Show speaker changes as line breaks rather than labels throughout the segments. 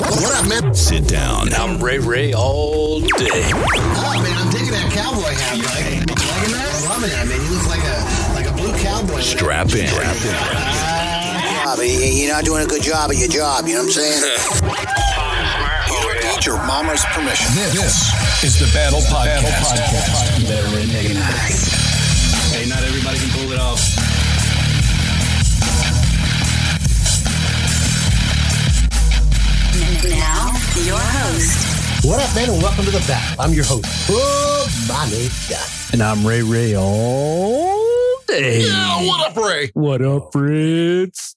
What up, man?
Sit down.
I'm Ray Ray all day.
Oh, man, I'm digging that cowboy hat, right? Liking that? I'm loving that, man. You look like a like a blue cowboy.
Strap in.
job. You- You're not doing a good job at your job. You know what I'm saying? you need your mama's permission.
This, is the Battle Podcast.
Hey, not everybody can pull it off.
Now, your host,
What up, man? And welcome to the battle. I'm your host. Oh, my God.
And I'm Ray Ray all day.
what up, Ray?
What up, Fritz?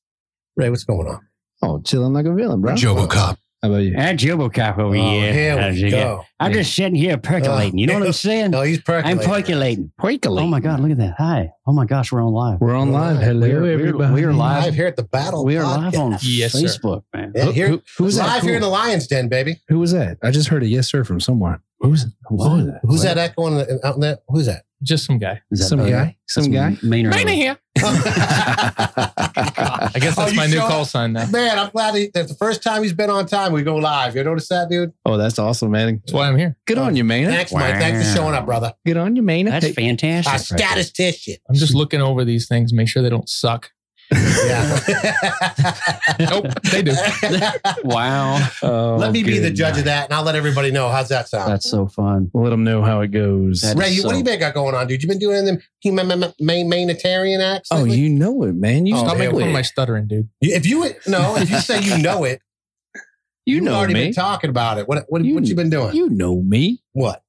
Ray, what's going on?
Oh, chilling like a villain, bro.
Jobo Cop.
How about you?
That Jumbo Cop over
Oh,
here.
here we
How's it
go.
going? I'm just sitting here percolating. you know what I'm saying?
No, he's
I'm
percolating.
percolating.
Percolate.
Oh my God, look at that. Hi. Oh my gosh, we're on live.
We're on live. Hello,
We're- we're-
everybody.
we're live.
live here at the battle.
We are live
Podcast.
on
Yes, sir.
Facebook, man.
Yeah, here,
Oh, who, who was that?
live here in the Lions Den, baby.
Who was that? I just heard a yes sir from somewhere. Who was, who was that?
Who's that echoing in- out in there? Who's that?
Just some guy.
Is that
Some
better?
guy.
That's
Some guy.
Maynard.
I
I guess
Oh,
that's
you
my new
sure?
call sign now.
man, I'm glad he, that's the first time he's been on time. We go live. You notice that, dude?
Oh, that's awesome, man.
That's why I'm here.
Good on you, man.
Thanks, Mike. Thanks for
Wow.
showing up, brother.
Good on you, man.
That's
Hey,
A
fantastic. right there.
statistician.
I'm just looking over these things, make sure they don't suck.
Yeah.
Nope, they do.
Wow.
oh,
let me be the
good
judge of
night.
that, and I'll let everybody know. How's that sound?
That's so fun.
Let them know how it goes.
That-
Ray, you, what
so-
do you been got going on, dude? You been doing them humanitarian acts?
oh,
lately?
you know it, man. You
Oh,
know
Stop making fun of my
it.
stuttering, dude.
You- If you no, if you say you know it,
You
you've
know
already
me.
been talking about it. What what you,
You-
what you been doing?
You know me.
what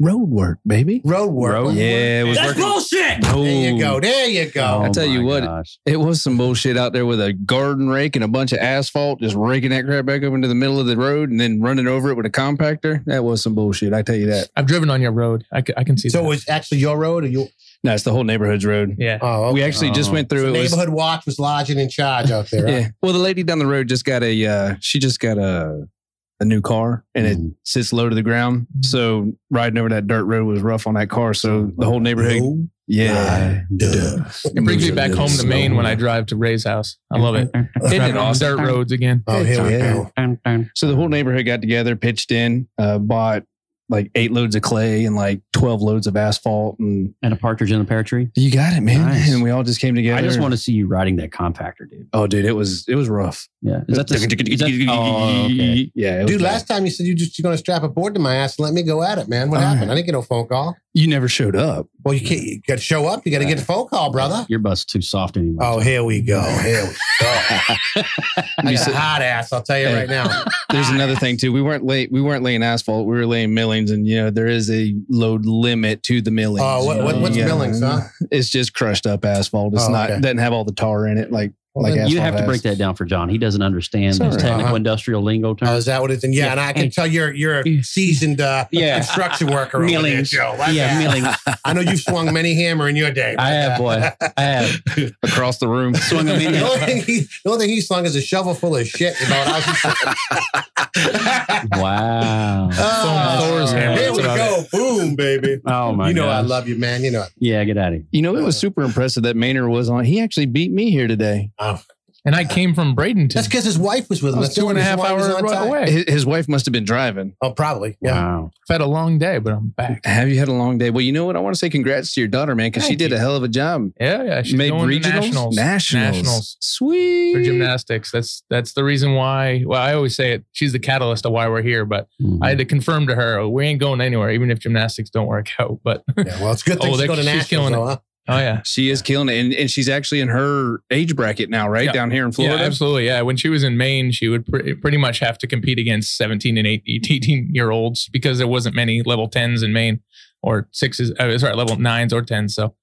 Road work, baby.
road work?
Yeah, it was
That's
working.
bullshit.
There you go. There you go.
I tell you
Oh, my
what,
gosh.
It was some bullshit out there with a garden rake and a bunch of asphalt, just raking that crap back up into the middle of the road and then running over it with a compactor. That was some bullshit. I tell you that.
I've driven on your road. I, c- I can see
So it
that.
was actually your road, or you?
No, it's the whole neighborhood's road.
yeah.
Oh,
We
okay.
actually just went through
So
it. Was,
neighborhood watch was lodging in charge out there. Right?
yeah. Well, the lady down the road just got a. Uh, she just got a a new car and it
Mm.
sits low to the ground. So riding over that dirt road was rough on that car. So the whole neighborhood.
No,
Yeah.
duh.
It brings me back home to Maine when I drive to Ray's house. I love it.
Isn't it
Driving on
awesome?
dirt roads again.
Oh, here we
Yeah.
go.
Dun, dun.
So the whole neighborhood got together, pitched in, uh, bought like eight loads of clay and like twelve loads of asphalt and
And a partridge in a pear tree.
You got it, man.
Nice.
And we all just came together.
I just want to see you riding that compactor, dude.
Oh, dude, it was it was rough.
Yeah. Is that the? is that- oh, okay.
Yeah, it was
Dude,
bad.
last time you said you just you're going to strap a board to my ass and let me go at it, man. What
All
happened?
right.
I didn't get no phone call.
you never showed up.
Well, you can't. You got to show up. You got to get a phone call, brother.
Your bus too soft anyway.
Oh, here we go. Here we go. I got
You
a
said-
hot ass. I'll tell you
Hey.
right now.
There's another thing too. We weren't late. We weren't laying asphalt. We were laying millings, and you know there is a load limit to the millings.
Oh, what, what, what's
Yeah.
Billings, huh?
It's just crushed up asphalt. It's
Oh,
not
okay.
doesn't have all the tar in it. Like like
then-
asphalt
you have to
has.
break that down for John. He doesn't understand
It's
these
all right.
technical
Uh-huh.
industrial lingo
Oh,
terms.
is that what it's? And yeah, and I can
Hey.
tell you're you're a seasoned uh,
Yeah.
construction worker. over there,
Millings.
Joe. My
yeah,
bad.
milling.
I know you've swung many hammer in your day.
I have, boy. I have.
across the room.
Swung him in
The only,
there.
thing he, the only thing he slung is a shovel full of shit. You know, and I was just
Wow.
Oh,
Thor's hammer.
Here
That's
we
about
go. Boom, baby.
Oh, my
you know I
gosh.
love you, man. You know it.
Yeah, get out of here.
You know, it was super impressive that Maynard was on. He actually beat me here today.
And I came from
That's
Bradenton.
because his wife was with
I
him.
was
That's
two
the
and a half
reason why he was
hours
on time.
away.
His, his wife must have been driving.
Oh, probably. Yeah.
Wow.
I've had a long day, but I'm back.
Have you had a long day? Well, you know what? I want to say congrats to your daughter, man, because she
Thank
did
you.
a hell of a job.
Yeah, yeah. She's
Made
going to
regionals,
nationals.
nationals,
Nationals.
sweet.
for gymnastics. That's that's the reason why. Well, I always say it. She's the catalyst of why we're here. But
Mm-hmm.
I um, had to confirm to her we ain't going anywhere, even if gymnastics don't work out. But oh
Yeah, well, it's a good
Oh,
thing
they-
she's going to
she's
nationals,
killing
though,
it.
huh?
yeah,
She is killing it, and, and she's actually in her age bracket now, right
Yeah.
down here in
yeah,
Florida.
absolutely. Yeah, when she was in Maine, she would pre- pretty much have to compete against seventeen and 18, 18 year olds because there wasn't many level tens in Maine or sixes. Uh, sorry, level nines or tens. So,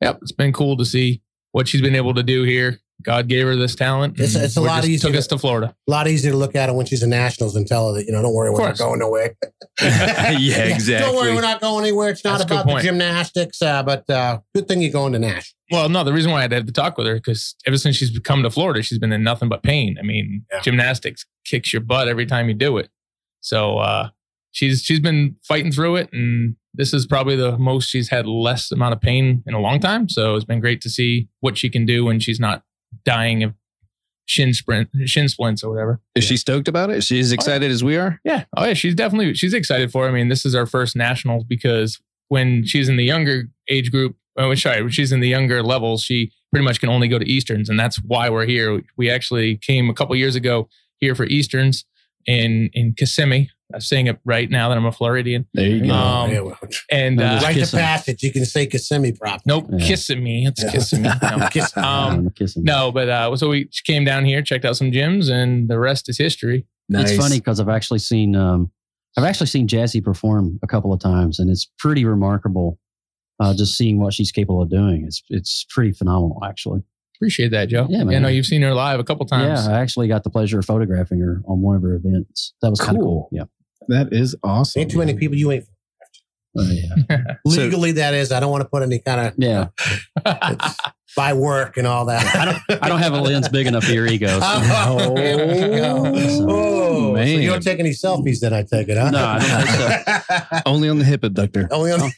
yep, it's been cool to see what she's been able to do here. God gave her this talent.
It's-
and
it's a
we're
lot
just
easier
Took
to-
us to Florida.
A lot easier to look at her when she's in nationals than tell her that, you know, don't worry, we're not
course.
going nowhere.
Yeah,
Don't worry,
exactly.
we're not going anywhere. It's not
That's a good
about the
point.
gymnastics, uh, but uh, good thing you're going to Nash.
Well, no, the reason why I had to have the talk with her because ever since she's come to Florida, she's been in nothing but pain. I mean,
Yeah.
gymnastics kicks your butt every time you do it. So uh, she's she's been fighting through it, and this is probably the most she's had less amount of pain in a long time. So it's been great to see what she can do when she's not dying of shin sprint, shin splints or whatever.
Is she stoked about it? She's excited as we are.
Yeah. Oh yeah, she's definitely she's excited for. It. I mean, this is our first nationals because when she's in the younger age group, oh sorry, when she's in the younger levels, she pretty much can only go to Easterns, and that's why we're here. We actually came a couple years ago here for Easterns in in Kissimmee. I'm saying it right now that I'm a Floridian,
There you go.
Um,
Yeah, well,
and
Remember
uh,
just
right to
kissing.
passage. You can say Kissimmee properly.
nope,
Yeah.
kissing me. It's kissing me. No.
Kiss-
Um,
I'm kissing.
no, but uh, so we came down here, checked out some gyms, and the rest is history.
It's funny because I've actually seen um, I've actually seen Jazzy perform a couple of times, and it's pretty remarkable. Uh, just seeing what she's capable of doing, it's it's pretty phenomenal, actually.
Appreciate that, Joe.
Yeah, man.
I know you've seen her live a couple times.
Yeah, I actually got the pleasure of photographing her on one of her events. That was kind of
Cool.
cool. Yeah.
That is awesome.
Ain't too many people you ain't.
Oh, yeah.
So-
Legally, that is. I don't want to put any kind of
Yeah.
by work and all that.
I don't I don't have a lens big enough for your ego. so-
Oh, here we go. Oh, so
Man.
you don't take any selfies then I take it, huh?
No, I
don't
Only on the hip
Oh.
abductor.
Only on
Oh.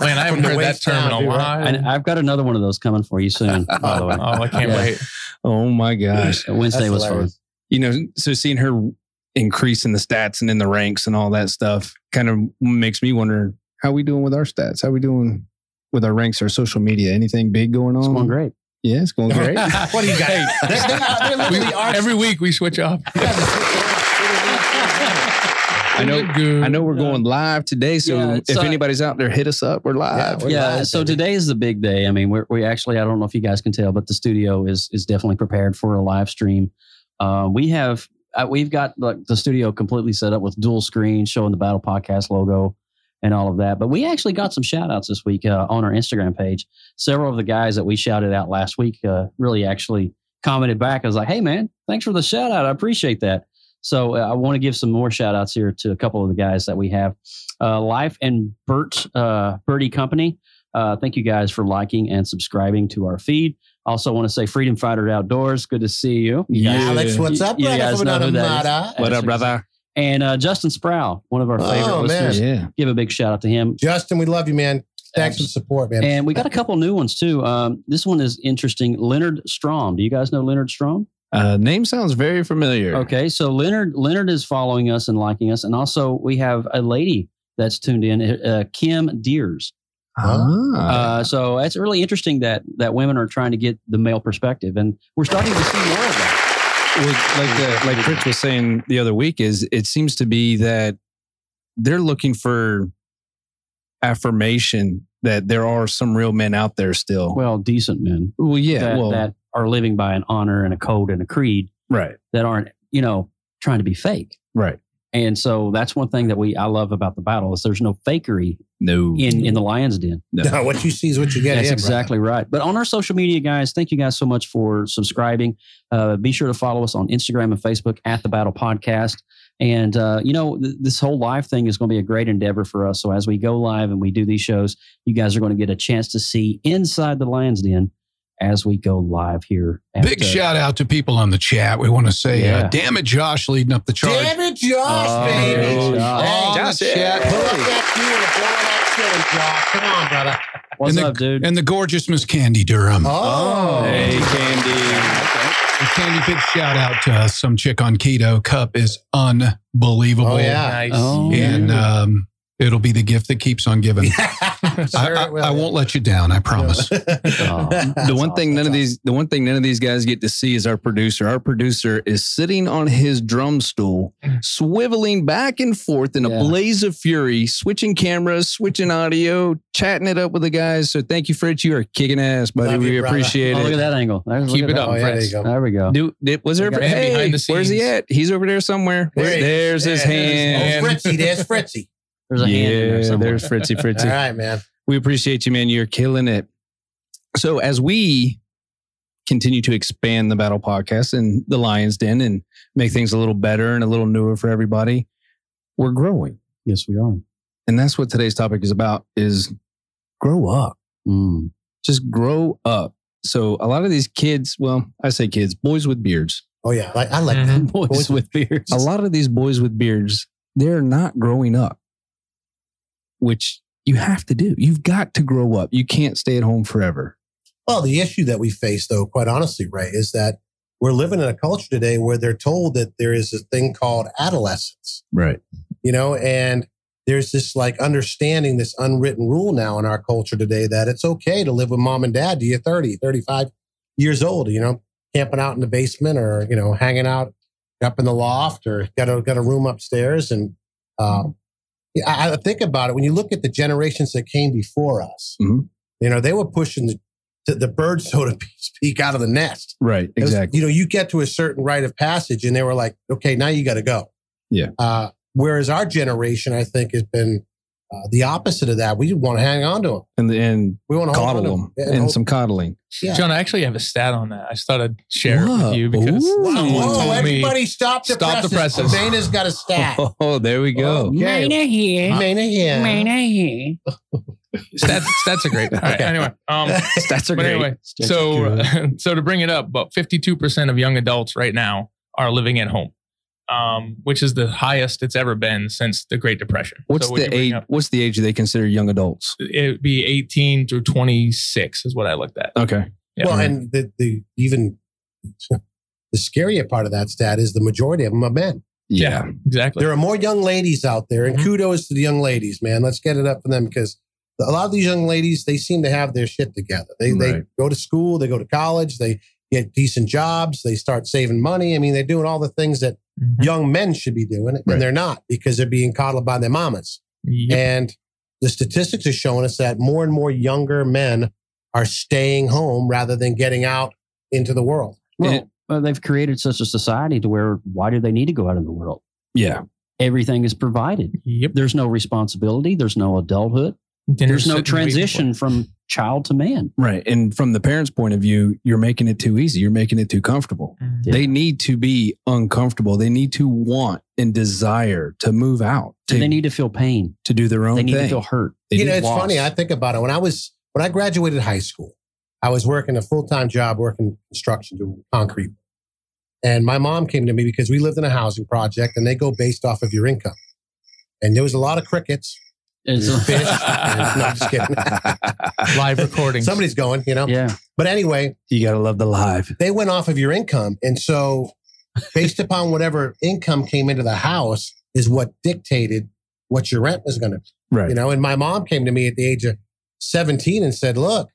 Man, I
From
haven't
the
heard that
waist
term in
down,
a
dude, right?
while.
and I've got another one of those coming for you soon, by the way.
Oh, I can't
Yeah.
wait.
Oh my gosh.
Wednesday
That's
was fun.
hilarious.
You know, so seeing her increase in the stats and in the ranks and all that stuff kind of makes me wonder how we doing with our stats? How we doing with our ranks, our social media? Anything big going on?
It's going great.
Yeah, it's going great.
What do you got?
Hey,
They're- they're- they're literally
we-
arch-
every week we switch up.
I know- I know we're going live today, so
Yeah, it's,
if
uh,
anybody's out there, hit us up. We're live.
We're
yeah.
live,
so
baby.
today is the big day. I mean, we're, we actually, I don't know if you guys can tell, but the studio is is definitely prepared for a live stream. Uh, we have uh, we've got like the studio completely set up with dual screen showing the Battle Podcast logo and all of that. But we actually got some shout outs this week uh, on our Instagram page. Several of the guys that we shouted out last week uh, really actually commented back. I was like, hey, man, thanks for the shout out. I appreciate that. So uh, I want to give some more shout outs here to a couple of the guys that we have. Uh, Life and Bert, uh, Birdie Company. Uh, thank you guys for liking and subscribing to our feed. Also, want to say Freedom Fighter Outdoors. Good to see you. You guys-
Alex, what's up,
You
brother?
guys
from
know who
another
that is.
mother?
What up, brother? And uh, Justin Sproul, one of our favorite
Oh, man.
listeners.
Yeah.
Give a big shout out to him.
Justin, we love you, man. Thanks for the support, man.
And we got a couple new ones too. Um, this one is interesting. Leonard Strom. Do you guys know Leonard Strom?
Uh, name sounds very familiar.
Okay, so Leonard Leonard is following us and liking us, and also we have a lady that's tuned in, uh, Kim Deers.
Ah.
Uh, so it's really interesting that that women are trying to get the male perspective, and we're starting to see more of that.
Well, like the, like Fritz was saying the other week, is it seems to be that they're looking for affirmation that there are some real men out there still. Well,
Well, decent men
yeah,
that,
well,
that are living by an honor and a code and a creed
right,
that aren't you know trying to be fake.
right.
And so that's one thing that we I love about the battle is there's no fakery
No,
in in the lion's den.
no, what you see is what you get.
That's
here, brother.
exactly right. But on our social media, guys, thank you guys so much for subscribing. Uh, be sure to follow us on Instagram and Facebook at the Battle Podcast. And uh, you know, th- this whole live thing is going to be a great endeavor for us. So as we go live and we do these shows, you guys are going to get a chance to see inside the Lions Den as we go live here. at,
Big
uh,
shout out to people on the chat. We want to say, uh,
Yeah.
damn it, Josh, leading up the charge.
Damn it, Josh,
Oh,
baby.
Josh.
All
Hey,
the
Josh,
chat.
yeah.
Pull up that cue and blow that silly, Josh. Come on, brother.
What's
and the,
up, dude?
And the gorgeous Miss Candy Durham.
Oh.
hey, Candy.
And Candy, big shout out to uh, some chick on Keto Cup is unbelievable.
Oh, yeah.
Nice.
Oh,
And um, it'll be the gift that keeps on giving. I,
Sure
I-
it will.
I won't let you down. I promise.
The
That's
one thing
awesome.
none of
That's
these, the one thing none of these guys get to see is our producer. Our producer is sitting on his drum stool, swiveling back and forth in a
Mm. Yeah.
blaze of fury, switching cameras, switching audio, chatting it up with the guys. So thank you, Fritz. You are kicking ass, buddy.
Love you,
we
brother.
appreciate
Oh, look
it.
at that angle. There's- look
Keep
at
it
that.
up,
Oh, yeah, there you
Fritz.
go.
There we go.
Dude, it was there.
got
him
Hey,
behind the
where's he
scenes.
at? He's over there somewhere.
There he
there's
is.
his
Yeah, there's-
hand.
Oh, Fritzy, there's Fritzy.
There's a hand in there
yeah,
somewhere.
there's Fritzy
All
Fritzy.
right, man.
We appreciate you, man. You're killing it. So as we continue to expand the Battle Podcast and the Lions Den and make things a little better and a little newer for everybody, we're growing.
Yes, we are.
And that's what today's topic is about is grow up.
Mm.
Just grow up. So a lot of these kids, well, I say kids, boys with beards.
Oh, yeah. Like, I like
Mm-hmm.
Mhm.
that.
Boys with beards.
a lot of these boys with beards, they're not growing up, which you have to do. You've got to grow up. You can't stay at home forever.
Well, the issue that we face, though, quite honestly, Ray, is that
we're living in a culture today where they're told that there is a thing called adolescence,
Right.
you know, and there's this like understanding this unwritten rule now in our culture today that it's okay to live with mom and dad till you're 30, 35 years old, you know, camping out in the basement or, you know, hanging out up in the loft or got a, got a room upstairs. And um, yeah, I, I think about it when you look at the generations that came before us,
Mhm.
you know, they were pushing the, the, the bird, so to speak, out of the nest.
Right.
It was-
Exactly.
you know, you get to a certain rite of passage and they were like, okay, now you got to go.
Yeah.
Uh, whereas our generation, I think, has been uh, the opposite of that. We want to hang on to them.
and and
We
Oh,
want to hold on
coddle
to
them
Yeah,
and
hold-
some coddling.
Yeah.
John, I actually have a stat on that. I just thought I'd share it
What?
with you because
Ooh.
Wow,
someone
whoa,
told me.
everybody stop the
Stop the
presses.
presses.
Dana's got a stat.
Oh, there we go.
Okay.
here.
Mina here.
here.
Stats, stats are great. All right.
Okay.
Anyway, um,
Stats are
but
great.
anyway, so uh, so to bring it up, about fifty-two percent of young adults right now are living at home, um, which is the highest it's ever been since the Great Depression.
What's
So what you
the
bring
age?
up,
What's the age they consider young adults?
It'd be eighteen through twenty-six is what I looked at.
Okay.
Yeah.
Well, and the, the even the scarier part of that stat is the majority of them are men.
Yeah.
exactly.
There are more young ladies out there, and
Mm-hmm.
Mhm.
kudos to the young ladies, man. Let's get it up for them because a lot of these young ladies, they seem to have their shit together. They they
Right.
go to school, they go to college, they get decent jobs, they start saving money. I mean, they're doing all the things that
Mhm.
young men should be doing,
Mm-hmm. Right.
and they're not because they're being coddled by their mamas.
Yep.
And the statistics are showing us that more and more younger men are staying home rather than getting out into the world.
Well,
It-
uh, they've created such a society to where why do they need to go out in the world?
Yeah.
Everything is provided.
Yep.
There's no responsibility. There's no adulthood.
Dinner's
There's
sitting,
no
waiting for
transition from child to man.
Right. And from the parents' point of view, you're making it too easy. You're making it too comfortable.
it.
Yeah.
They need to be uncomfortable. They need to want and desire to move out, to,
They need to feel pain.
to do their own
They need
thing.
to feel hurt.
They
you know,
need
it's
loss.
funny. I think about it. When I was when I graduated high school, I was working a full time job, working construction, doing concrete. And my mom came to me because we lived in a housing project, and they go based off of your income. And there was a lot of crickets.
It's
Fish. No, I'm just kidding.
Live recordings.
Somebody's going, you know.
yeah.
But anyway,
you got to love the live.
they went off of your income, and so based upon whatever income came into the house is what dictated what your rent was going to be.
Right.
You know, and my mom came to me at the age of 17 and said, Look,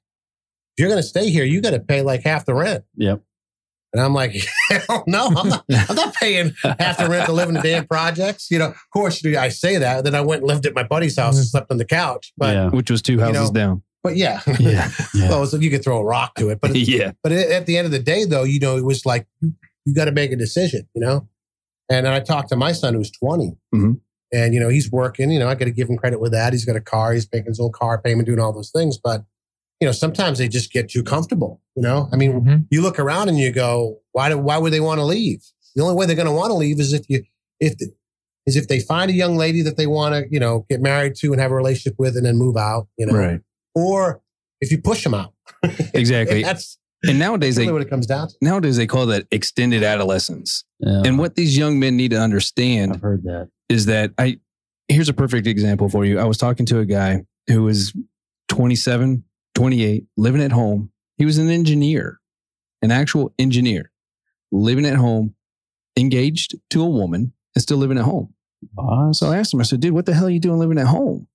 if you're going to stay here, you got to pay like half the rent.
Yep.
And I'm like, Hell no, I'm not, I'm not paying half the rent to live in the damn projects. You know, of course, dude, I say that. Then I went and lived at my buddy's house and slept on the couch. But,
yeah.
Which was two houses
know,
down.
but yeah.
Yeah.
well, so you could throw a rock to it. But,
yeah.
but at at the end of the day, though, you know, it was like, you got to make a decision, you know? And then I talked to my son who's 20.
Mhm.
And, you know, he's working. You know, I got to give him credit with that. He's got a car, he's making his own car payment, doing all those things. But, you know, sometimes they just get too comfortable. You know, I mean,
Mhm.
you look around and you go, why do, why would they want to leave? The only way they're going to want to leave is if you, if, is if they find a young lady that they want to, you know, get married to and have a relationship with and then move out, you know,
Right.
or if you push them out.
Exactly.
That's
And nowadays,
really
they
what it comes down to.
nowadays they call that extended adolescence.
Yeah.
And what these young men need to understand
I've heard that.
is that I here's a perfect example for you. I was talking to a guy who was 27, 28, living at home. He was an engineer, an actual engineer, living at home, engaged to a woman and still living at home. So I asked him, I said, dude, what the hell are you doing living at home?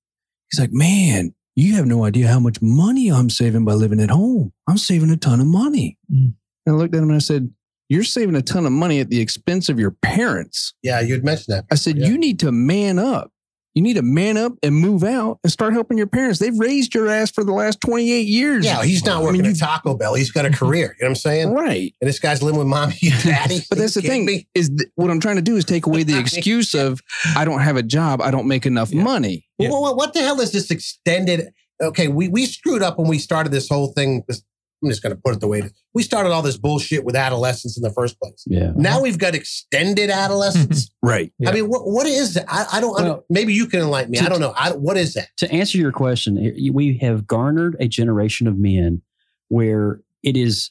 He's like, man, you have no idea how much money I'm saving by living at home. I'm saving a ton of money.
Mm.
And I looked at him and I said, you're saving a ton of money at the expense of your parents.
Yeah, you'd mentioned that.
I said,
Yeah.
you need to man up. You need to man up and move out and start helping your parents. They've raised your ass for the last 28 years.
Yeah, he's not
I
working
mean,
at Taco Bell. He's got a career. You know what I'm saying?
you- right.
And this guy's living with mommy and daddy.
But that's the
You kidding
thing
me?
is th- what I'm trying to do is take away the excuse of I don't have a job. I don't make enough
Yeah.
money.
Yeah.
Well, what, what the hell is this extended? Okay, we, we screwed up when we started this whole thing. This, I'm just going to put it the way it is. We started all this bullshit with adolescence in the first place.
Yeah.
Now we've got extended adolescence.
Right.
I mean, what what is that? I, I don't. under-
Well,
maybe you can enlighten me. I don't know. I, what is that?
To answer your question, it- we have garnered a generation of men where it is,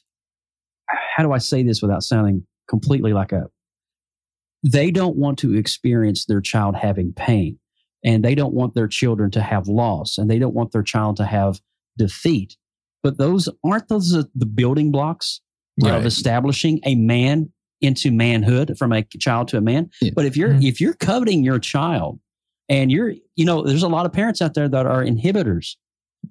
how do I say this without sounding completely like a, they don't want to experience their child having pain and they don't want their children to have loss and they don't want their child to have defeat. But those aren't those the the building blocks of
Right.
establishing a man into manhood from a child to a man.
Yeah.
But if you're
Mhm.
if you're coveting your child and you're you know there's a lot of parents out there that are inhibitors.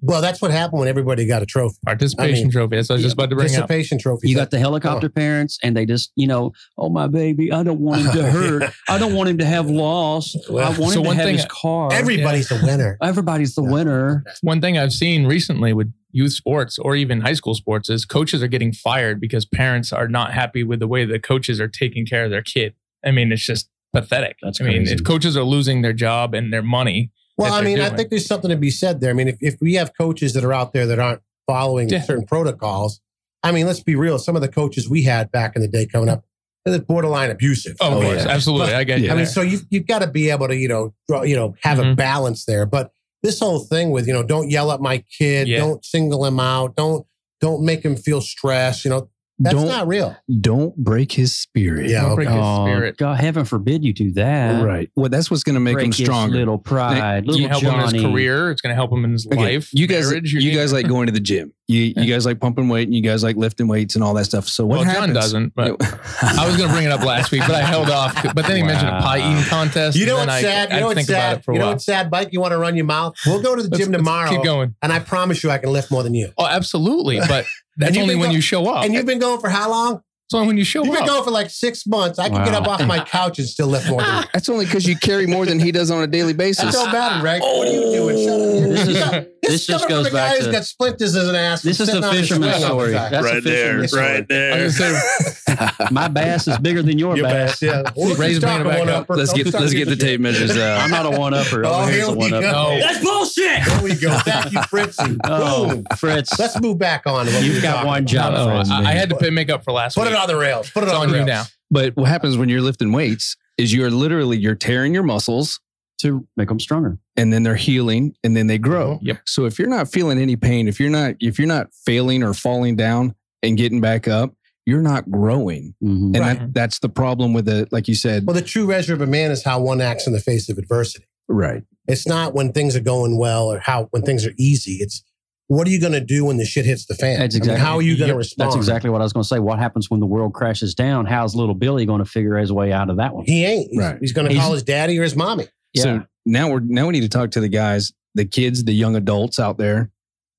Well, that's what happened when everybody got a trophy.
Participation
I mean,
trophy. That's what I was just about to bring up.
Participation trophy.
You got the helicopter parents and they just, you know, oh my baby, I don't want him to hurt. I don't want him to have loss.
Well,
I want
so
him to
one
have
thing-
his car.
Everybody's a winner.
Everybody's the
Yeah.
winner.
One thing I've seen recently with youth sports or even high school sports is coaches are getting fired because parents are not happy with the way the coaches are taking care of their kid. I mean, it's just pathetic.
That's
I mean,
crazy.
if coaches are losing their job and their money,
Well,
that
I
they're
mean, I
doing.
think there's something to be said there. I mean, if, if we have coaches that are out there that aren't following
Yeah.
certain protocols, I mean, let's be real. Some of the coaches we had back in the day coming up, they're borderline abusive.
oh, of course,
yeah.
absolutely,
But-
I get you.
I mean,
there.
so you've, you've got to be able to, you know, draw, you know, have a
Mhm.
balance there. But this whole thing with, you know, don't yell at my kid,
Yeah.
don't single him out, don't don't make him feel stressed. You know, that's
don't
not real.
don't break his spirit.
Yeah.
Don't break his
Oh,
spirit.
God, heaven forbid you do that.
Right. Well, that's what's going to make
Break
him
his
stronger.
Little pride,
It's
little
gonna help him in
Johnny.
his career. It's going to help him in his
Okay,
life.
you guys,
marriage,
you guys like going to the gym. You
Yeah.
you guys like pumping weight, and you guys like lifting weights and all that stuff. So what
well,
happens?
John doesn't, but I was going to bring it up last week, but I held off. But then he mentioned a
Wow.
pie eating contest.
You know
and
what's
then
sad?
I,
You know
I
what's
think about
sad?
it for a
You know
while.
what's sad, Mike? You want to run your mouth? We'll go to the
Let's-
gym
let's
tomorrow,
Keep going.
and I promise you, I can lift more than you.
Oh, absolutely. But that's
you've
only
been
when
go-
you show up.
And you've been going for how long?
it's only when you show
You've been
up.
going for like six months. I can get
Wow.
up off my couch and still lift more than you.
That's only because you carry more than he does on a daily
That's
basis.
so bad, right? What are you doing? Shut up.
Oh, This is- this just goes
coming from the
back
guy who's
to-
got splinters as an ass.
This is
sitting
the
on his
fisherman's
swing all the
story.
time.
That's a
right there,
fisherman's
right
I
there.
was gonna say,
My bass is bigger than your,
Your
bass.
bass, yeah. Well,
Raise
stop
Bana
the
back
one
up.
upper.
let's
Don't
get
start
let's get
your
the
shit.
tape measures uh, out.
I'm not a one upper.
Oh, here we
one
go.
up.
no,
That's bullshit. There we go. Thank you, Fritzy.
Oh,
Boom.
Fritz,
Let's move back on. to what we
you've
were
got
talking
one job.
no,
friend,
I, I
man.
had to pay, make up for last
Put
week.
it on the rails. Put it
It's
on
on
the
you
rails.
now.
But what happens when you're lifting weights is you're literally you're tearing your muscles
to make them stronger.
and then they're healing and then they grow.
Yep.
So if you're not feeling any pain, if you're not if you're not failing or falling down and getting back up, you're not growing.
Mhm.
And
Right.
that, that's the problem with it, like you said.
Well, the true measure of a man is how one acts in the face of adversity.
Right.
It's not when things are going well or how when things are easy. It's what are you going to do when the shit hits the fan?
That's
I mean,
exactly-
how are you going to
Yep,
respond?
That's exactly what I was going to say. What happens when the world crashes down? How's little Billy going to figure his way out of that one?
He ain't. He's-
Right.
He's going to
He's-
call his daddy or his mommy.
So now we're now we need to talk to the guys, the kids, the young adults out there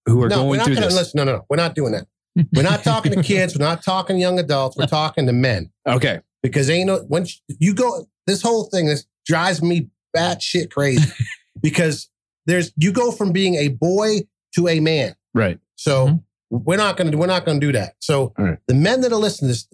who are
no, we're
going
not
through
gonna,
this.
Listen, no, no, no. We're not doing that. We're not talking to kids. We're not talking to young adults. We're talking to men
Okay.
because ain't no once you go. This whole thing this drives me batshit crazy because there's you go from being a boy to a man.
Right.
So we're not gonna we're not gonna do that. So
All Mm-hmm. right.
the men that are listening to this,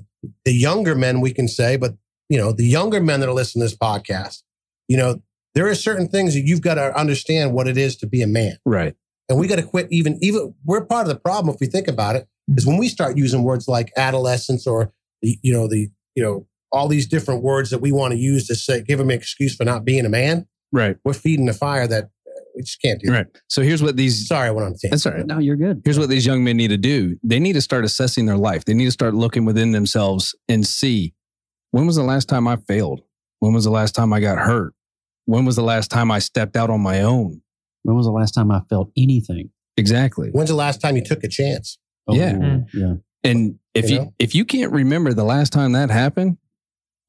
the younger men we can say, but you know, the younger men that are listening to this podcast, you know, there are certain things that you've got to understand what it is to be a man.
Right.
And we got to quit even even we're part of the problem if we think about it is
Mm-hmm.
when we start using words like adolescence or the, you know the you know all these different words that we want to use to say give them an excuse for not being a man.
Right.
We're feeding the fire that uh, we just can't do.
Right. So here's what these
Sorry, what I'm saying.
that's all right.
No, you're good.
Here's what these young men need to do. They need to start assessing their life. They need to start looking within themselves and see when was the last time I failed? When was the last time I got hurt? When was the last time I stepped out on my own?
When was the last time I felt anything?
Exactly.
When's the last time you took a chance?
Yeah.
Mm.
yeah.
And if
You
you
know?
if you can't remember the last time that happened,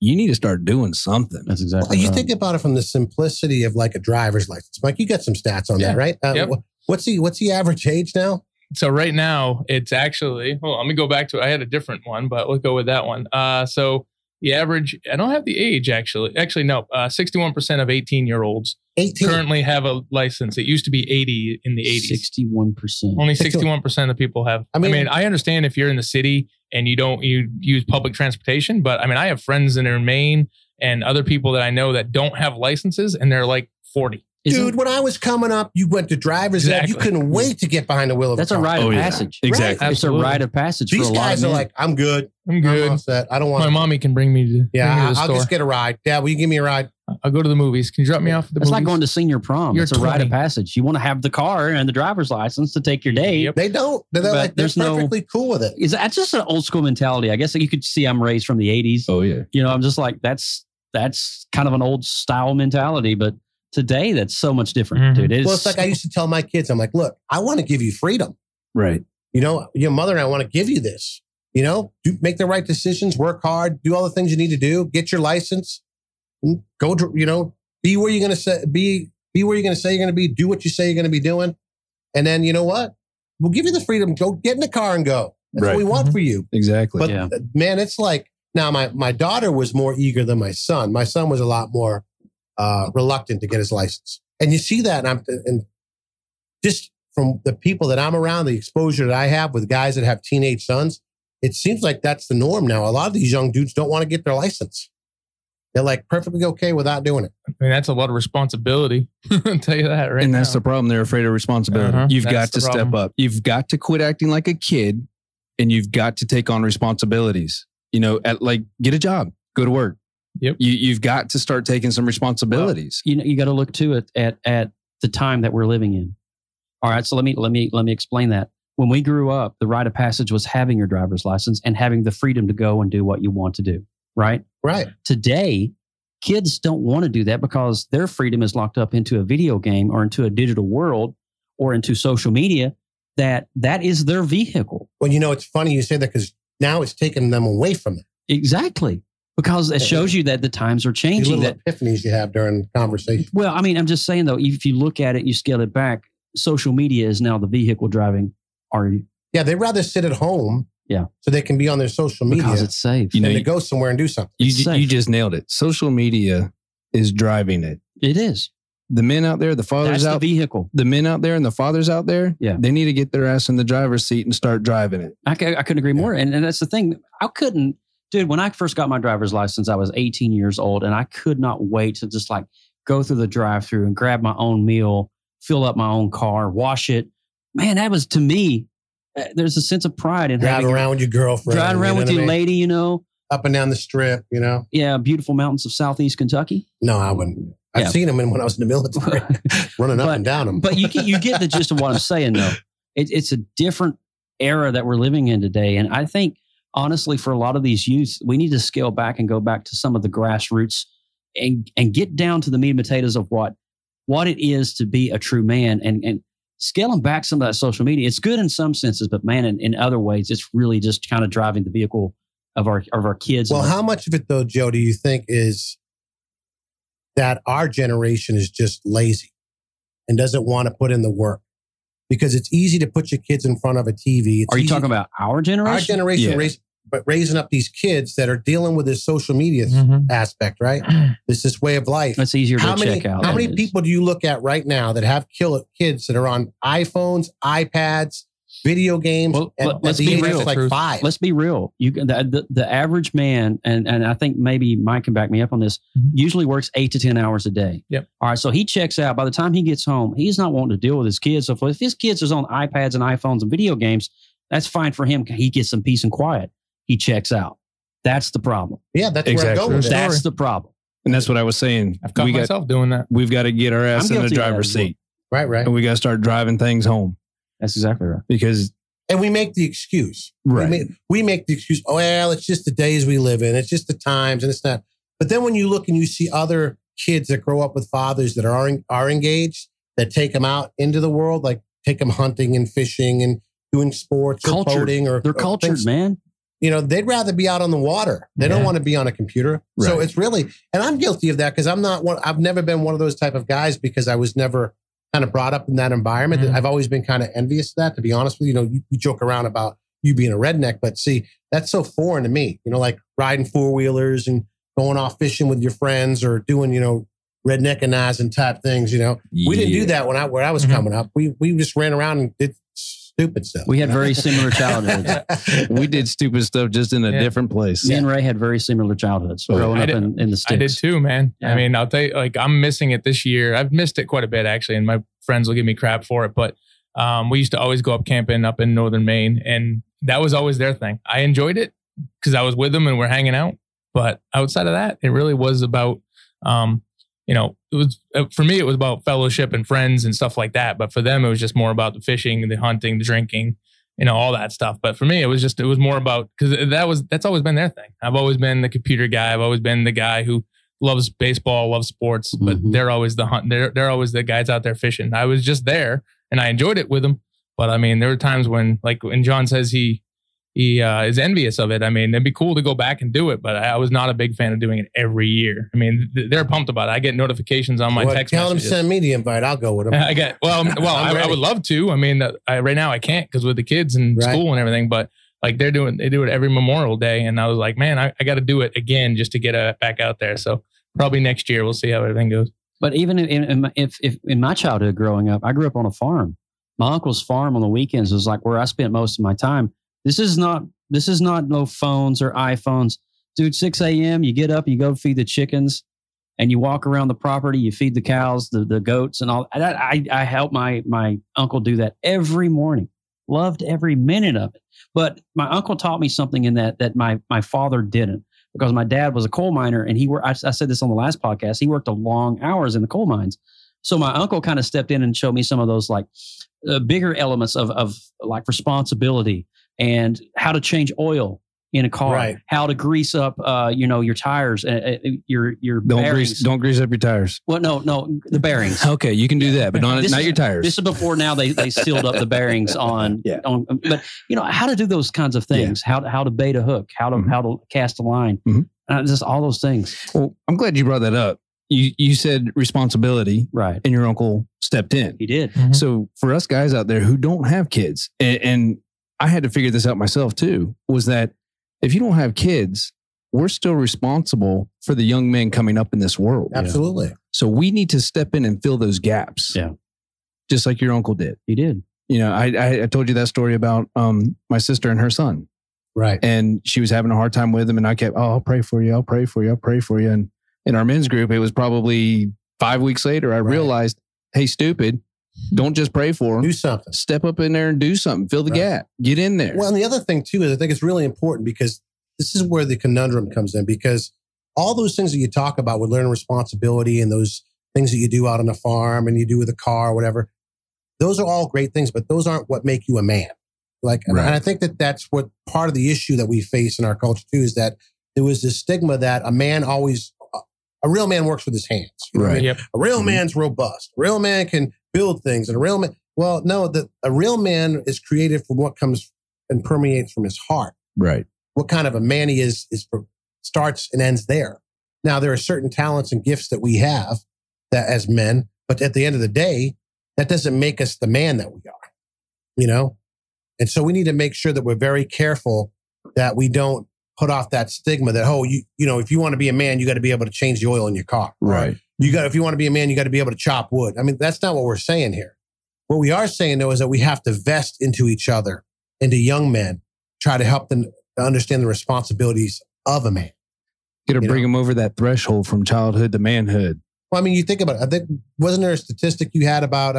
you need to start doing something.
That's
Well,
exactly.
you
right.
think about it from the simplicity of like a driver's license, Mike. You got some stats on
Yeah.
that, right? Uh,
Yep.
wh- What's the what's the average age now?
so right now it's actually well let me go back to i had a different one but we'll go with that one uh so the average i don't have the age actually actually no uh 61% of 18 year olds
Eighteen.
currently have a license it used to be 80 in the 80s
Sixty-one percent.
only 61% of people have
I
I
mean-
mean, I understand if you're in the city and you don't you use public transportation but i mean i have friends that are in maine and other people that i know that don't have licenses and they're like 40
Dude, when I was coming up, you went to driver's ed. You
Exactly.
couldn't wait to get behind the wheel of
That's
a
a
car.
rite of
Oh, yeah.
passage.
Exactly.
It's a
Absolutely.
rite of passage.
These
for a lot
guys
of
are
men.
like, I'm good.
i'm
I'm
good
all set. I don't want
my
to.
mommy can bring me to bring me to
Yeah,
the
I- I'll
store.
just get a ride. Dad, will you give me a ride?
I'll go to the movies. Can you drop me off at the movies?
It's like going to senior prom.
You're
it's a rite of
20.
passage. You want to have the car and the driver's license to take your date.
Yep.
They don't. They're, they're
But
like, they're
there's no-
perfectly cool with it.
Is that's just an old school mentality? I guess you could see I'm raised from the '80s.
Oh yeah.
you know i'm just like that's that's kind of an old style mentality but today that's so much different
Mhm.
dude it's,
Well, it's like I used to tell my kids, I'm like, look, I want to give you freedom.
Right.
You know, your mother and I want to give you this. You know, do make the right decisions, work hard, do all the things you need to do, get your license, and go. dr- You know, be where you're gonna say be be where you're gonna say you're gonna be. Do what you say you're gonna be doing, and then you know what? We'll give you the freedom. Go get in the car and go. That's
Right.
what we want for you.
Exactly.
But
Yeah.
uh, man, it's like now my my daughter was more eager than my son. My son was a lot more uh, reluctant to get his license, and you see that. And I'm and just from the people that I'm around, the exposure that I have with guys that have teenage sons, it seems like that's the norm now. A lot of these young dudes don't want to get their license. They're like perfectly okay without doing it.
I mean, that's a lot of responsibility. I'll tell you that right
and that's
now.
the problem. They're afraid of responsibility.
Uh-huh.
You've
That's
got to
the problem.
step up. You've got to quit acting like a kid and you've got to take on responsibilities. You know, at like get a job, go to work.
Yep.
You, you've got to start taking some responsibilities.
you know you got to look to it at at the time that we're living in all right so let me let me let me explain that when we grew up the rite of passage was having your driver's license and having the freedom to go and do what you want to do right
Right.
today kids don't want to do that because their freedom is locked up into a video game or into a digital world or into social media that that is their vehicle
Well, you know, it's funny you say that because now it's taking them away from it.
exactly because it shows you that the times are
These
changing
little
that
epiphanies you have during the conversation.
Well, I mean, I'm just saying though, if you look at it, you scale it back. Social media is now the vehicle driving our
Yeah, they'd rather sit at home.
Yeah.
So they can be on their social media.
because it's safe.
You know,
than
you,
to go somewhere and do something.
you,
it's
ju-
safe.
you just nailed it. Social media is driving it.
It is.
The men out there, the fathers
That's the
out
vehicle.
the men out there and the fathers out there,
Yeah.
they need to get their ass in the driver's seat and start driving it.
I, cou- I couldn't agree more. And, and that's the thing. I couldn't, dude, when I first got my driver's license, I was 18 years old and I could not wait to just like go through the drive through and grab my own meal, fill up my own car, wash it. Man, that was to me, uh, there's a sense of pride in
Drive
having
around with your girlfriend.
driving
you
around
know
with
what I
your
mean?
lady, you know?
Up and down the strip, you know?
Yeah, beautiful mountains of Southeast Kentucky.
No, I wouldn't. I've
Yeah.
seen them in, when I was in the military, running up
But-
and down them.
but you get you get the gist of what I'm saying, though. It, it's a different era that we're living in today, and I think honestly, for a lot of these youths, we need to scale back and go back to some of the grassroots and and get down to the meat and potatoes of what what it is to be a true man, and and scaling back some of that social media. It's good in some senses, but man, in, in other ways, it's really just kind of driving the vehicle of our of our kids.
well, how much of it, though, Joe, do you think is that our generation is just lazy and doesn't want to put in the work? Because it's easy to put your kids in front of a TV. It's
are you
easy-
talking about our generation?
our generation?
Yeah.
Raise, but raising up these kids that are dealing with this social media
Mm-hmm.
Mm-hmm.
aspect, right? This this way of life.
That's easier
how
to
many,
check out.
How
than
many
it is.
people do you look at right now that have kill, kids that are on iPhones, iPads, video games,
Well,
at,
let-
at
let's
the
be
age of
real.
like
Truth.
five?
let's be real. You can- the, the, the average man, and and I think maybe Mike can back me up on this.
Mhm.
Usually works eight to ten hours a day.
Yep.
All right. So he checks out. By the time he gets home, he's not wanting to deal with his kids. So if his kids is on iPads and iPhones and video games, that's fine for him. He gets some peace and quiet. He checks out. That's the problem.
yeah, that's
Exactly.
where I'm going. With that.
That's the problem.
And that's what I was saying.
I've caught
we got
myself doing that.
we've got to get our ass
I'm
in the
guilty of that
driver's
as well.
seat
Right, right.
and we got to start driving things home
That's exactly right.
because
And we make the excuse.
right.
We make, we make the excuse, oh, well, it's just the days we live in. It's just the times and it's not. But then when you look and you see other kids that grow up with fathers that are, en- are engaged, that take them out into the world, like take them hunting and fishing and doing sports
Cultured.
or boating or
Oh,
They're
or
cultured,
things-
man.
you know they'd rather be out on the water they don't
Yeah.
want to be on a computer so
Right.
it's really and i'm guilty of that because i'm not one i've never been one of those type of guys because i was never kind of brought up in that environment
Mm-hmm.
Mhm.
i've always been kind of envious of that to be honest with you you know you, you joke around about you being a redneck but see that's so foreign to me you know like riding four-wheelers and going off fishing with your friends or doing you know redneckanizing type things you know we didn't do that when i where i was
Mm-hmm.
Mhm.
coming up we we just ran around and did stupid stuff
We had very similar childhoods.
childhood
We did stupid stuff just in a
Yeah.
different place.
Me and Ray had very similar childhoods
Oh, yeah.
growing
I
up
did-
in, in the sticks.
I did too, man.
Yeah.
I mean, I'll tell you, like, I'm missing it this year. I've missed it quite a bit, actually, and my friends will give me crap for it. But um, we used to always go up camping up in northern Maine, and that was always their thing. I enjoyed it because I was with them and we're hanging out. But outside of that, it really was about, um, you know, it was uh, for me, it was about fellowship and friends and stuff like that. But for them, it was just more about the fishing, the hunting, the drinking, you know, all that stuff. But for me, it was just, it was more about because that was, that's always been their thing. I've always been the computer guy. I've always been the guy who loves baseball, loves sports, but
Mhm.
they're always the hunt. They're, they're always the guys out there fishing. I was just there and I enjoyed it with them. But I mean, there were times when, like, when John says he, he- he uh, is envious of it. I mean, it'd be cool to go back and do it, but I was not a big fan of doing it every year. I mean, th- they're pumped about it. I get notifications on my
Well,
text
tell him
messages.
send me the invite. I'll go with him.
I get well, I'm- well,
I'm
I, I
ready.
would love to. I mean, uh, I, right now I can't because with the kids and
Right.
school and everything. But like they're doing, they do it every Memorial Day, and I was like, man, I, I got to do it again just to get uh, back out there. So probably next year we'll see how everything goes.
But even in, in my, if, if in my childhood growing up, I grew up on a farm. My uncle's farm on the weekends was like where I spent most of my time. This is not this is not no phones or iPhones, dude. Six a.m. You get up, you go feed the chickens, and you walk around the property. You feed the cows, the, the goats, and all. And I, I I helped my my uncle do that every morning. Loved every minute of it. But my uncle taught me something in that that my my father didn't because my dad was a coal miner and he worked. I, I said this on the last podcast. He worked a long hours in the coal mines. So my uncle kind of stepped in and showed me some of those like uh, bigger elements of of like responsibility and how to change oil in a car,
Right.
how to grease up uh, you know your tires, uh, uh, your your
Don't
bearings.
grease, don't grease up your tires.
well, no, no, the bearings.
Okay, you can do that, but not
This
not
is-
your tires.
This is before now they, they sealed up the bearings on,
Yeah.
on but you know how to do those kinds of things, how to how to bait a hook, how to
Mhm.
how to cast a line,
Mhm.
uh, just all those things.
well, I'm glad you brought that up. You you said responsibility,
Right.
and your uncle stepped in.
He did.
Mm-hmm.
So for us guys out there who don't have kids, and, and I had to figure this out myself too, was that if you don't have kids, we're still responsible for the young men coming up in this world.
Absolutely.
So we need to step in and fill those gaps.
Yeah.
Just like your uncle did.
He did.
You know, I, I, I told you that story about um, my sister and her son
Right.
and she was having a hard time with him. And I kept, oh, I'll pray for you. I'll pray for you. I'll pray for you. And in our men's group, it was probably five weeks later, I
Right.
realized, hey, stupid, don't just pray for
Do
him.
something.
Step up in there and do something. Fill the
Right.
gap. Get in there.
Well, and the other thing too is I think it's really important because this is where the conundrum comes in because all those things that you talk about with learning responsibility and those things that you do out on the farm and you do with a car or whatever, those are all great things, but those aren't what make you a man. Like, and-
Right.
and I think that that's what part of the issue that we face in our culture too is that there was this stigma that a man always, a real man works with his hands. You know what I mean?
Right.
Yep.
A real
Mhm.
man's robust. A real man can build things, and a real man. Well, no, the, a real man is created from what comes and permeates from his heart.
right.
What kind of a man he is is from, starts and ends there. Now there are certain talents and gifts that we have that as men, but at the end of the day, that doesn't make us the man that we are. You know, and so we need to make sure that we're very careful that we don't put off that stigma that oh you you know if you want to be a man you got to be able to change the oil in your car or
Right.
you got if you want to be a man, you got to be able to chop wood. I mean, that's not what we're saying here. What we are saying though is that we have to vest into each other, into young men, try to help them to understand the responsibilities of a man.
Got to
You
bring him over that threshold from childhood to manhood.
Well, I mean, you think about it. I think wasn't there a statistic you had about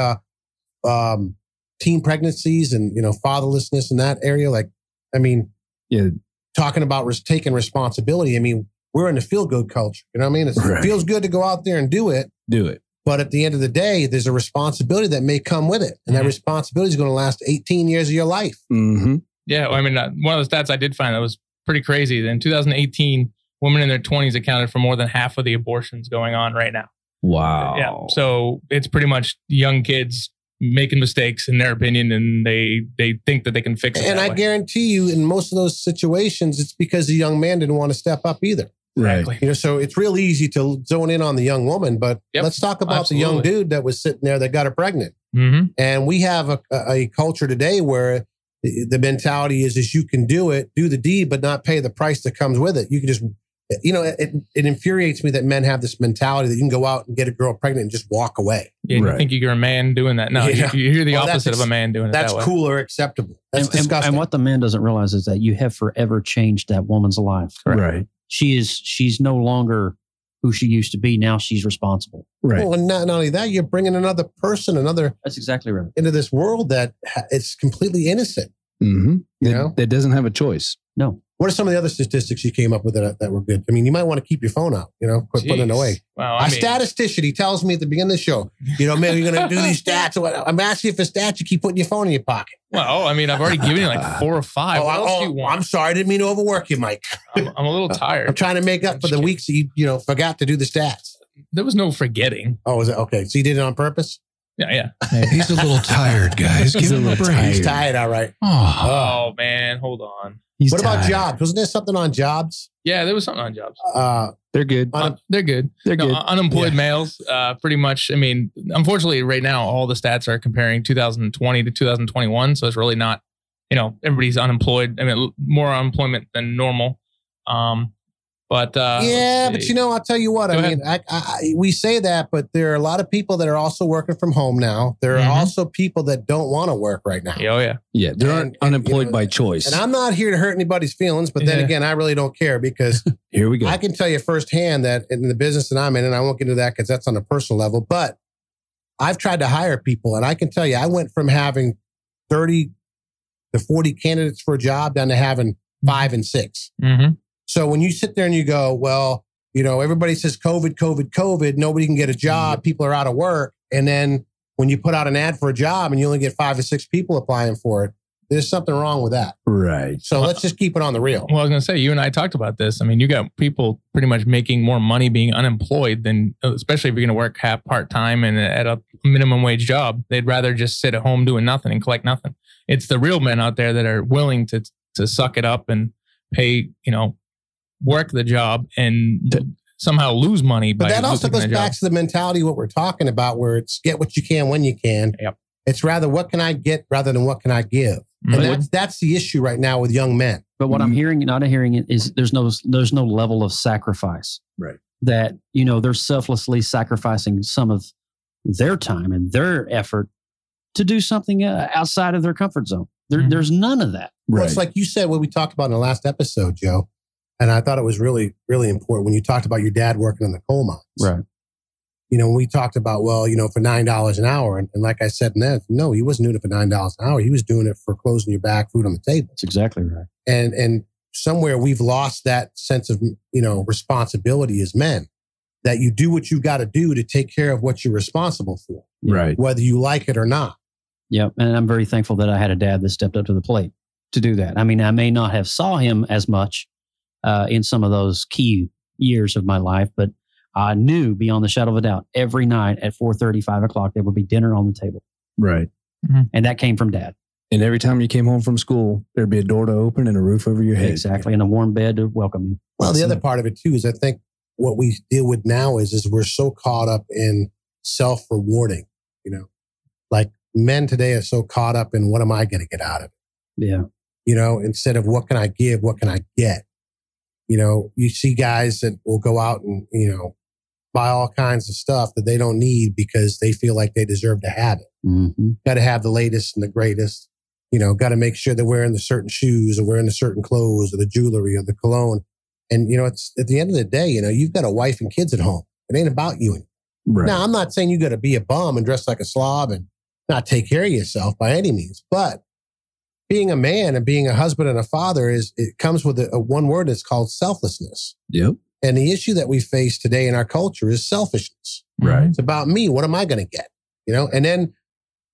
uh, um, teen pregnancies and you know fatherlessness in that area? Like, I mean,
Yeah.
talking about res- taking responsibility. I mean, we're in the feel good culture. You know what I mean? It's,
Right.
It feels good to go out there and do it.
Do it.
But at the end of the day, there's a responsibility that may come with it. And that
Mhm.
responsibility is going to last 18 years of your life.
Mm-hmm.
Yeah, well, I mean, uh, one of the stats I did find that was pretty crazy. In 2018, women in their 20s accounted for more than half of the abortions going on right now.
Wow.
Yeah,
Oh.
so it's pretty much young kids making mistakes in their opinion, and they they think that they can fix it.
And
that
I
way.
guarantee you, in most of those situations, it's because the young man didn't want to step up either.
Right.
Exactly.
You know, so it's real easy to zone in on the young woman, but
Yep,
let's talk about the young
absolutely.
dude that was sitting there that got her pregnant.
Mm-hmm.
And we have a, a a culture today where the the mentality is, is you can do it, do the deed, but not pay the price that comes with it. You can just, you know, it, it infuriates me that men have this mentality that you can go out and get a girl pregnant and just walk away.
Yeah, and
Right.
You think you're a man doing that? No,
Yeah.
you, you're the
Well, that's
opposite of a
ex-
man doing it.
That's
that way.
cool or acceptable. That's
and, and-
disgusting.
and what the man doesn't realize is that you have forever changed that woman's life.
Right.
She is she's no longer who she used to be. Now she's responsible.
Right.
Well, and not, not only that, you're bringing another person, another
That's exactly right.
into this world that ha- it's completely innocent.
Mm-hmm.
You
That,
know?
that doesn't have a choice.
No.
What are some of the other statistics you came up with that, that were good? I mean, you might want to keep your phone out. You know, quit putting it
Jeez.
away.
Wow, I
a
mean,
statistician, he tells me at the beginning of the show, you know, man, you're going to do these stats. or what- I'm asking you for stats. You keep putting your phone in your pocket.
well, I mean, I've already given you like four or five.
oh,
what
I,
else do you
oh I'm
want?
sorry. I didn't mean to overwork you, Mike.
I'm, I'm a little
I'm
tired.
trying to make up for the weeks that you, you know, forgot to do the stats.
There was no forgetting.
Oh, is it? Okay. So you did it on purpose?
Yeah, yeah.
He's a little tired, guys. Give
He's a
him a
little
break.
tired.
He's tired. All right.
Aw.
Oh man, hold on.
He's
What about
tired.
jobs? Wasn't there something on jobs?
Yeah, there was something on jobs.
Uh,
They're good.
Un-
Uh, they're good.
They're
No,
good.
un- unemployed males, uh, pretty much. I mean, unfortunately, right now, all the stats are comparing 2020 to 2021. So it's really not, you know, everybody's unemployed. I mean, l- more unemployment than normal. Um, but uh,
yeah, but you know, I'll tell you what.
Go
I
ahead.
mean, I, I, I- we say that, but there are a lot of people that are also working from home now. There are
Mhm.
also people that don't want to work right now.
know, oh yeah,
yeah, they're
and-
un-
and, you
unemployed
know,
by choice.
And I'm not here to hurt anybody's feelings, but then
Yeah.
again, I really don't care because
Here we go.
I can tell you firsthand that in the business that I'm in, and I won't get into that because that's on a personal level, but I've tried to hire people, and I can tell you, I went from having 30 to 40 candidates for a job down to having five and six.
mm-hmm.
So when you sit there and you go, well, you know, everybody says COVID, COVID, COVID, nobody can get a
Mm-hmm.
job, people are out of work. And then when you put out an ad for a job and you only get five or six people applying for it, there's something wrong with that.
right.
So let's just keep it on the real.
Well, I was gonna say, you and I talked about this. I mean, you got people pretty much making more money being unemployed than, uh, especially if you're gonna work half part time and at a minimum wage job. They'd rather just sit at home doing nothing and collect nothing. It's the real men out there that are willing to to suck it up and pay, you know, work the job and somehow lose money.
But
by
that also
losing
goes
the job.
back to the mentality of what we're talking about, where it's get what you can when you can.
Yep.
It's rather what can I get rather than what can I give.
Mhm.
And that's that's the issue right now with young men.
But what I'm
Mhm.
hearing, not hearing it, is there's no there's no level of sacrifice.
Right.
That you know they're selflessly sacrificing some of their time and their effort to do something uh, outside of their comfort zone. There,
Mhm.
There's none of that.
Right.
Well, it's like you said what we talked about in the last episode, Joe, and I thought it was really, really important when you talked about your dad working in the coal mines.
Right.
You know, when we talked about, well, you know, for nine dollars an hour, and, and like I said, in that, no, he wasn't doing it for nine dollars an hour. He was doing it for closing your back, food on the table,
That's exactly right.
and and somewhere we've lost that sense of you know responsibility as men that you do what you got to do to take care of what you're responsible for,
right.
whether you like it or not.
Yep. And I'm very thankful that I had a dad that stepped up to the plate to do that. I mean, I may not have saw him as much uh, in some of those key years of my life, but I knew beyond the shadow of a doubt every night at 4.30, 5 o'clock, there would be dinner on the table.
Right.
And that came from dad.
And every time you came home from school, there'd be a door to open and a roof over your head.
Exactly. And a warm bed to welcome you.
Well, the
So-
other part of it too is I think what we deal with now is is we're so caught up in self rewarding, you know, like men today are so caught up in what am I going to get out of it,
Yeah.
you know, instead of what can I give, what can I get, you know. You see guys that will go out and you know buy all kinds of stuff that they don't need because they feel like they deserve to have it.
hmm
Got to have the latest and the greatest. You know, got to make sure they're wearing the certain shoes or wearing the certain clothes or the jewelry or the cologne. And you know, it's at the end of the day, you know, you've got a wife and kids at home. It ain't about you.
Right.
Now, I'm not saying you got to be a bum and dress like a slob and not take care of yourself by any means, but being a man and being a husband and a father is it comes with a, a one word that's called selflessness.
Yep.
And the issue that we face today in our culture is selfishness.
Right.
It's about me. What am I going to get? You know, and then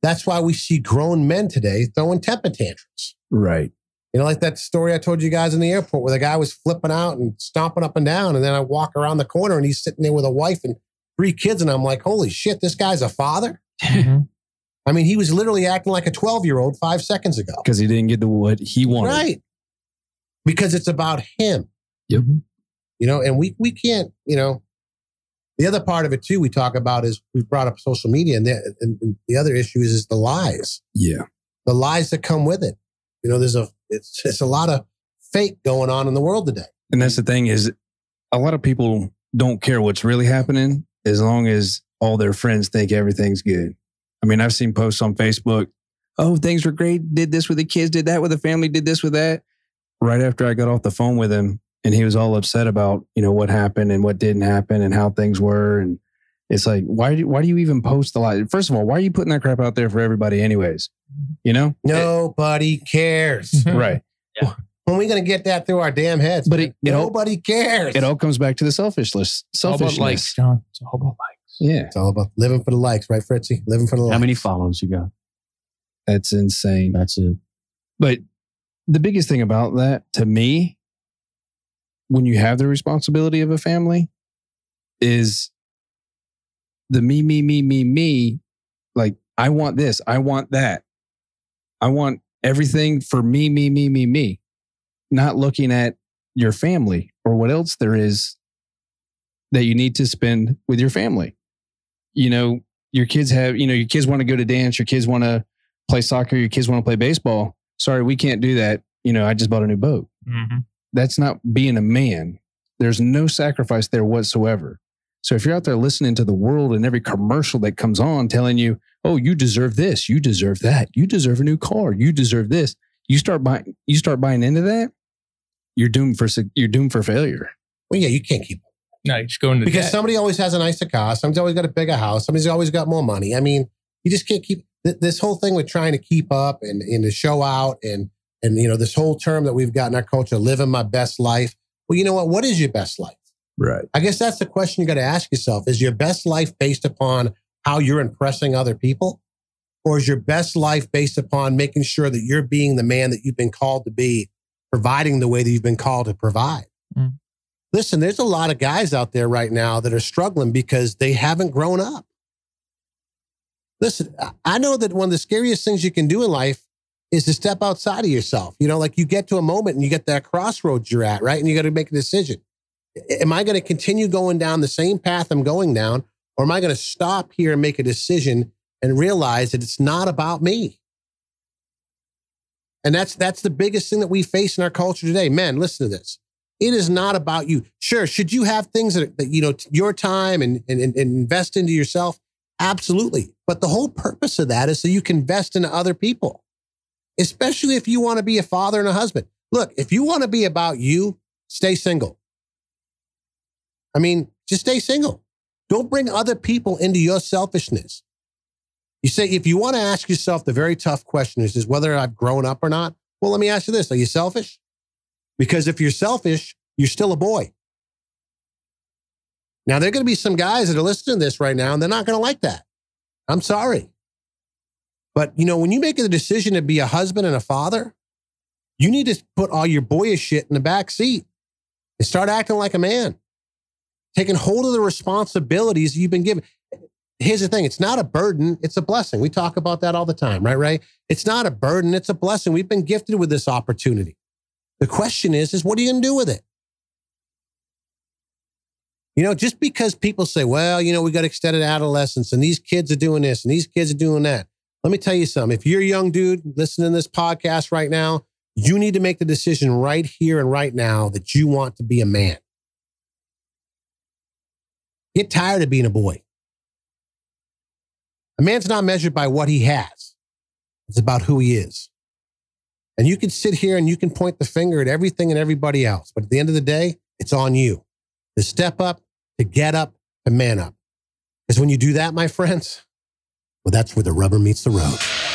that's why we see grown men today throwing temper tantrums.
Right.
You know, like that story I told you guys in the airport where the guy was flipping out and stomping up and down. And then I walk around the corner and he's sitting there with a wife and three kids. And I'm like, holy shit, this guy's a father.
Mhm.
I mean, he was literally acting like a 12 year old five seconds ago.
Because he didn't get the what he wanted.
Right. Because it's about him.
Yep.
You know, and we we can't, you know, the other part of it too we talk about is we've brought up social media and the, and and the other issue is, is the lies.
Yeah.
The lies that come with it. You know, there's a it's it's a lot of fake going on in the world today.
And
Mm.
that's the thing is a lot of people don't care what's really happening as long as all their friends think everything's good. I mean, I've seen posts on Facebook, oh, things were great, did this with the kids, did that with the family, did this with that. Right after I got off the phone with him and he was all upset about, you know, what happened and what didn't happen and how things were and it's like, why do why do you even post a lot? First of all, why are you putting that crap out there for everybody anyways? You know?
Nobody cares.
Right.
when we gonna get that through our damn heads?
Mm-hmm. But it- it all-
nobody cares.
It all comes back to the selfishness.
How about
Selfishness.
likes, John? It's all about likes.
yeah.
it's all about living for the likes, right, Fritzy? Living for the
How
likes.
many follows you got?
That's insane.
That's it.
But the biggest thing about that to me, when you have the responsibility of a family, is the me, me, me, me, me. Like, I want this. I want that. I want everything for me, me, me, me, me. not looking at your family or what else there is that you need to spend with your family. You know, your kids have, you know, your kids want to go to dance, your kids want to play soccer, your kids want to play baseball. Sorry, we can't do that. You know, I just bought a new boat.
Mhm.
That's not being a man. There's no sacrifice there whatsoever. So if you're out there listening to the world and every commercial that comes on telling you, "Oh, you deserve this, you deserve that, you deserve a new car, you deserve this," you start buying you start buying into that, you're doomed for suc- you're doomed for failure.
Well, yeah, you can't keep
No, you just go into
because
debt.
somebody always has a nicer car. Somebody's always got a bigger house. Somebody's always got more money. I mean, you just can't keep th- this whole thing with trying to keep up and, and to show out and and you know this whole term that we've got in our culture, living my best life. Well, you know what? What is your best life?
Right.
I guess that's the question you got to ask yourself: Is your best life based upon how you're impressing other people, or is your best life based upon making sure that you're being the man that you've been called to be, providing the way that you've been called to provide? listen, there's a lot of guys out there right now that are struggling because they haven't grown up. Listen, I- I know that one of the scariest things you can do in life is to step outside of yourself. You know, like you get to a moment and you get that crossroads you're at, right? And you got to make a decision. A- Am I going to continue going down the same path I'm going down, or am I going to stop here and make a decision and realize that it's not about me? And that's that's the biggest thing that we face in our culture today. Men, listen to this. It is not about you. Sure, should you have things that, that you know t- your time and, and and invest into yourself? Absolutely. But the whole purpose of that is so you can invest into other people, especially if you want to be a father and a husband. Look, if you want to be about you, stay single. I mean, just stay single. Don't bring other people into your selfishness. You say, if you want to ask yourself the very tough question is, is whether I've grown up or not. Well, let me ask you this Are you selfish? Because if you're selfish, you're still a boy. Now, there are going to be some guys that are listening to this right now, and they're not going to like that. I'm sorry. But, you know, when you make the decision to be a husband and a father, you need to put all your boyish shit in the back seat and start acting like a man, taking hold of the responsibilities you've been given. Here's the thing it's not a burden, it's a blessing. We talk about that all the time, right? Right? It's not a burden, it's a blessing. We've been gifted with this opportunity. The question is, is what are you going to do with it? You know, just because people say, well, you know, we got extended adolescence and these kids are doing this and these kids are doing that. Let me tell you something. If you're a young dude listening to this podcast right now, you need to make the decision right here and right now that you want to be a man. Get tired of being a boy. A man's not measured by what he has, it's about who he is. And you can sit here and you can point the finger at everything and everybody else. But at the end of the day, it's on you to step up, to get up, to man up. Because when you do that, my friends, well, that's where the rubber meets the road.